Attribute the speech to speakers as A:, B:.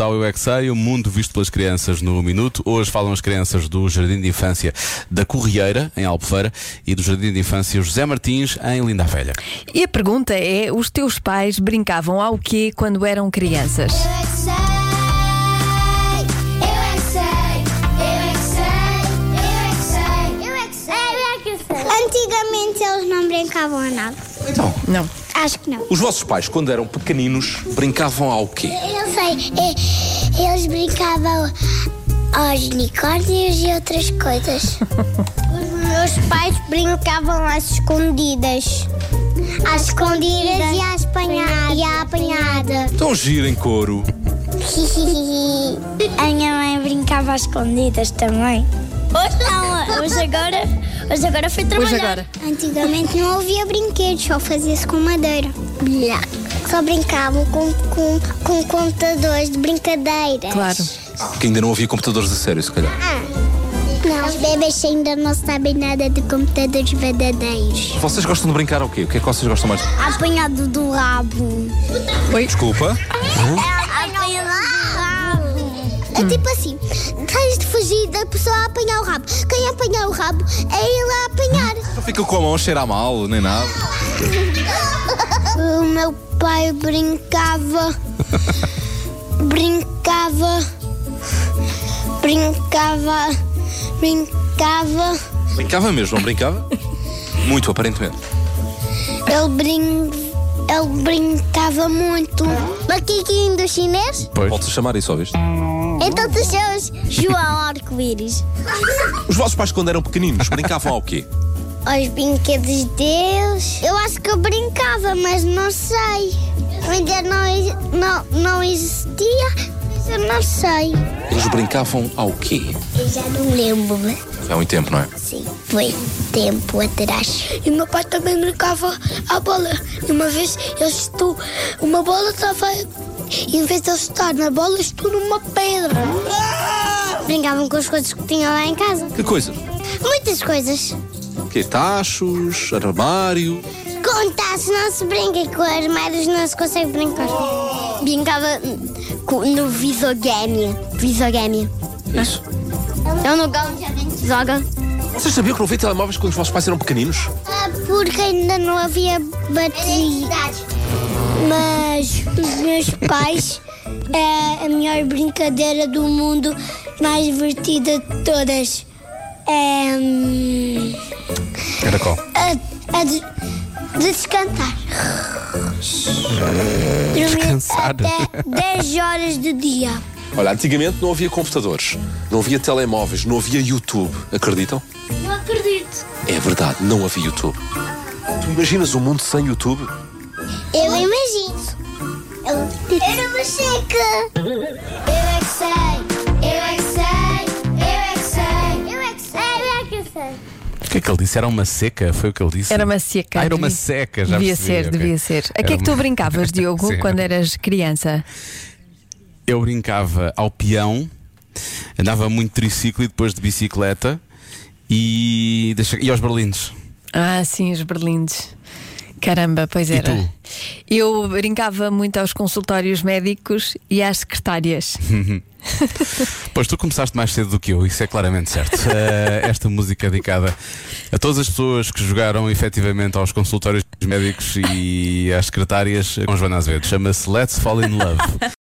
A: Ao Eu é Que Sei, o mundo visto pelas crianças no minuto. Hoje falam as crianças do Jardim de Infância da Corrieira, em Albufeira, e do Jardim de Infância José Martins, em Linda a Velha.
B: E a pergunta é: os teus pais brincavam ao quê quando eram crianças?
C: Eu é que sei, eu é que sei, eu é que sei, eu é que sei, eu é que sei, Antigamente eles não brincavam a nada.
D: Então,
B: Não.
C: Acho que não.
D: os vossos pais, quando eram pequeninos, brincavam ao quê?
C: Eu sei, eles brincavam aos unicórnios e outras coisas. Os meus pais brincavam às escondidas. Às escondidas e à apanhada. E à apanhada.
D: Então gira em couro.
C: A minha mãe brincava às escondidas também. Hoje não, hoje é- agora, hoje agora foi trabalhar.
B: agora.
C: Antigamente não havia brinquedos, só fazia-se com madeira. Só brincavam com, com, com computadores de brincadeiras.
B: Claro.
D: Ah, Que ainda não havia computadores a sério, se calhar.
C: Ah. Não, os bebês ainda não sabem nada de computadores verdadeiros.
D: Vocês gostam de brincar ao quê? O que é que vocês gostam mais?
C: Apanhado do rabo.
D: Desculpa.
C: Apanhado do rabo. É tipo assim, tens de fugir da pessoa a apanhar o rabo. Quem apanhar o rabo é ele a apanhar.
D: Não fica com a mão a cheirar mal, nem nada.
C: O meu pai brincava. brincava. Brincava. Brincava.
D: Brincava mesmo, não brincava? Muito, aparentemente.
C: Ele, brin... Ele brincava muito. Macaquinho do chinês?
D: Volto a chamar isso, ouviste?
C: Então tu chamas João Arco-Íris.
D: Os vossos pais, quando eram pequeninos, brincavam ao quê?
C: Aos brinquedos deles. Eu acho que eu brincava, mas não sei. Ainda não, ex- não, não existia, mas eu não sei.
D: Eles brincavam ao quê?
C: Eu já não lembro.
D: Foi há muito tempo, não é?
C: Sim, foi tempo atrás. E meu pai também brincava a bola. E uma vez ele chutou uma bola estava. E em vez de ele chutar na bola, chutou numa pedra. Brincavam com as coisas que tinham lá em casa.
D: Que coisas?
C: Muitas coisas.
D: O quê? Tachos, armário.
C: Com tachos não se brinca, com armários não se consegue brincar. Brincava no videogame. Videogame.
D: Isso.
C: É um lugar onde a gente joga.
D: Vocês sabiam que não havia telemóveis quando os vossos pais eram pequeninos?
C: É Porque ainda não havia bateria. Mas os meus pais é a melhor brincadeira do mundo, mais divertida de todas. É. hum,
A: Era qual?
C: A, a de, de descantar.
A: Hum,
C: Dormir
A: Descansar.
C: até 10 horas do dia.
D: Olha, antigamente não havia computadores, não havia telemóveis, não havia YouTube. Acreditam?
C: Não acredito.
D: É verdade, não havia YouTube. Tu imaginas um mundo sem YouTube?
C: Eu imagino. Era uma checa. Eu é que sei, eu é que sei, eu é que sei, eu é que sei, eu é que sei.
A: O que é que ele disse? Era uma seca? Foi o que ele disse?
B: Era uma seca.
A: Ah, era uma
B: devia-
A: seca, já
B: Devia
A: percebi,
B: ser,
A: ok.
B: devia ser. A que
A: Era
B: é que tu
A: uma-
B: brincavas, Diogo,
A: Sim.
B: quando eras criança?
A: Eu brincava ao peão, andava muito de triciclo e depois de bicicleta e, deixa- e aos berlindes.
B: Ah, sim, os berlindes. Caramba, pois era.
A: tu?
B: Eu brincava muito aos consultórios médicos e às secretárias.
A: Pois tu começaste mais cedo do que eu, isso é claramente certo. Eh, esta música é dedicada a todas as pessoas que jogaram efetivamente aos consultórios médicos e às secretárias com Joana Azevedo. Chama-se Let's Fall in Love.